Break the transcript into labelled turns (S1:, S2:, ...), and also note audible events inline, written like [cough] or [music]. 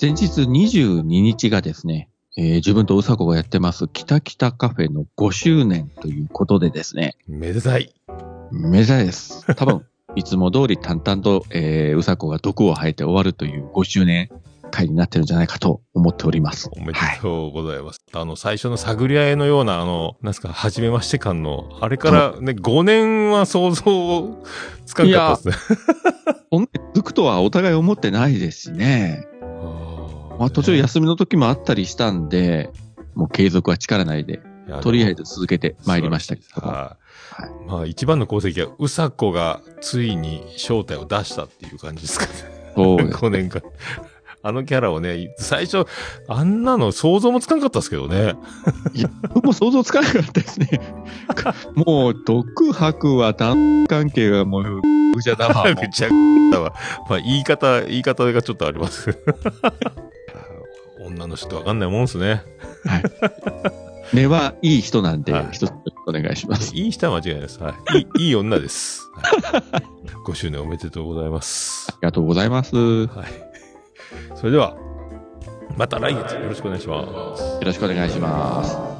S1: 前日22日がですね、えー自分とうさこがやってます、北北カフェの5周年ということでですね、
S2: めでたい。
S1: めでたいです。多
S2: [laughs]
S1: 分、いつも通り淡々と、えーうさこが毒を吐いて終わるという5周年会になってるんじゃないかと思っております。
S2: おめで
S1: はい。
S2: とうございます。あの、最初の探り合いのような、あの、なんすか、初めまして感の、あれからね、5年は想像つかんかったですね。
S1: ほんで毒とはお互い思ってないですしね。
S2: あ
S1: まあ、途中休みの時もあったりしたんで、もう継続は力ないで、
S2: み
S1: とりあえず続けてまいりましたけども。
S2: はい。まあ、一番の功績は、うさこがついに正体を出したっていう感じですかね。
S1: そうです
S2: 5年間。あのキャラをね、最初、あんなの想像もつかんかったですけどね。
S1: 僕も想像つかなかったですね。
S2: [laughs]
S1: もう、毒博は男関係がもう、ぐちゃだわ。も
S2: ぐ
S1: う
S2: ちゃぐちゃだわ。まあ、言い方、言い方がちょっとあります。女の人ってわかんないもんですね。
S1: 根はいい人なんで
S2: はい、
S1: 一つお願いします。
S2: いい人は間違いないです。はい。いい、いい女です。はい、5周年おめでとうございます
S1: あ。りがとうございます。よ
S2: はい。それでは、また来月よろしくお願いします。
S1: ろしくお願いします。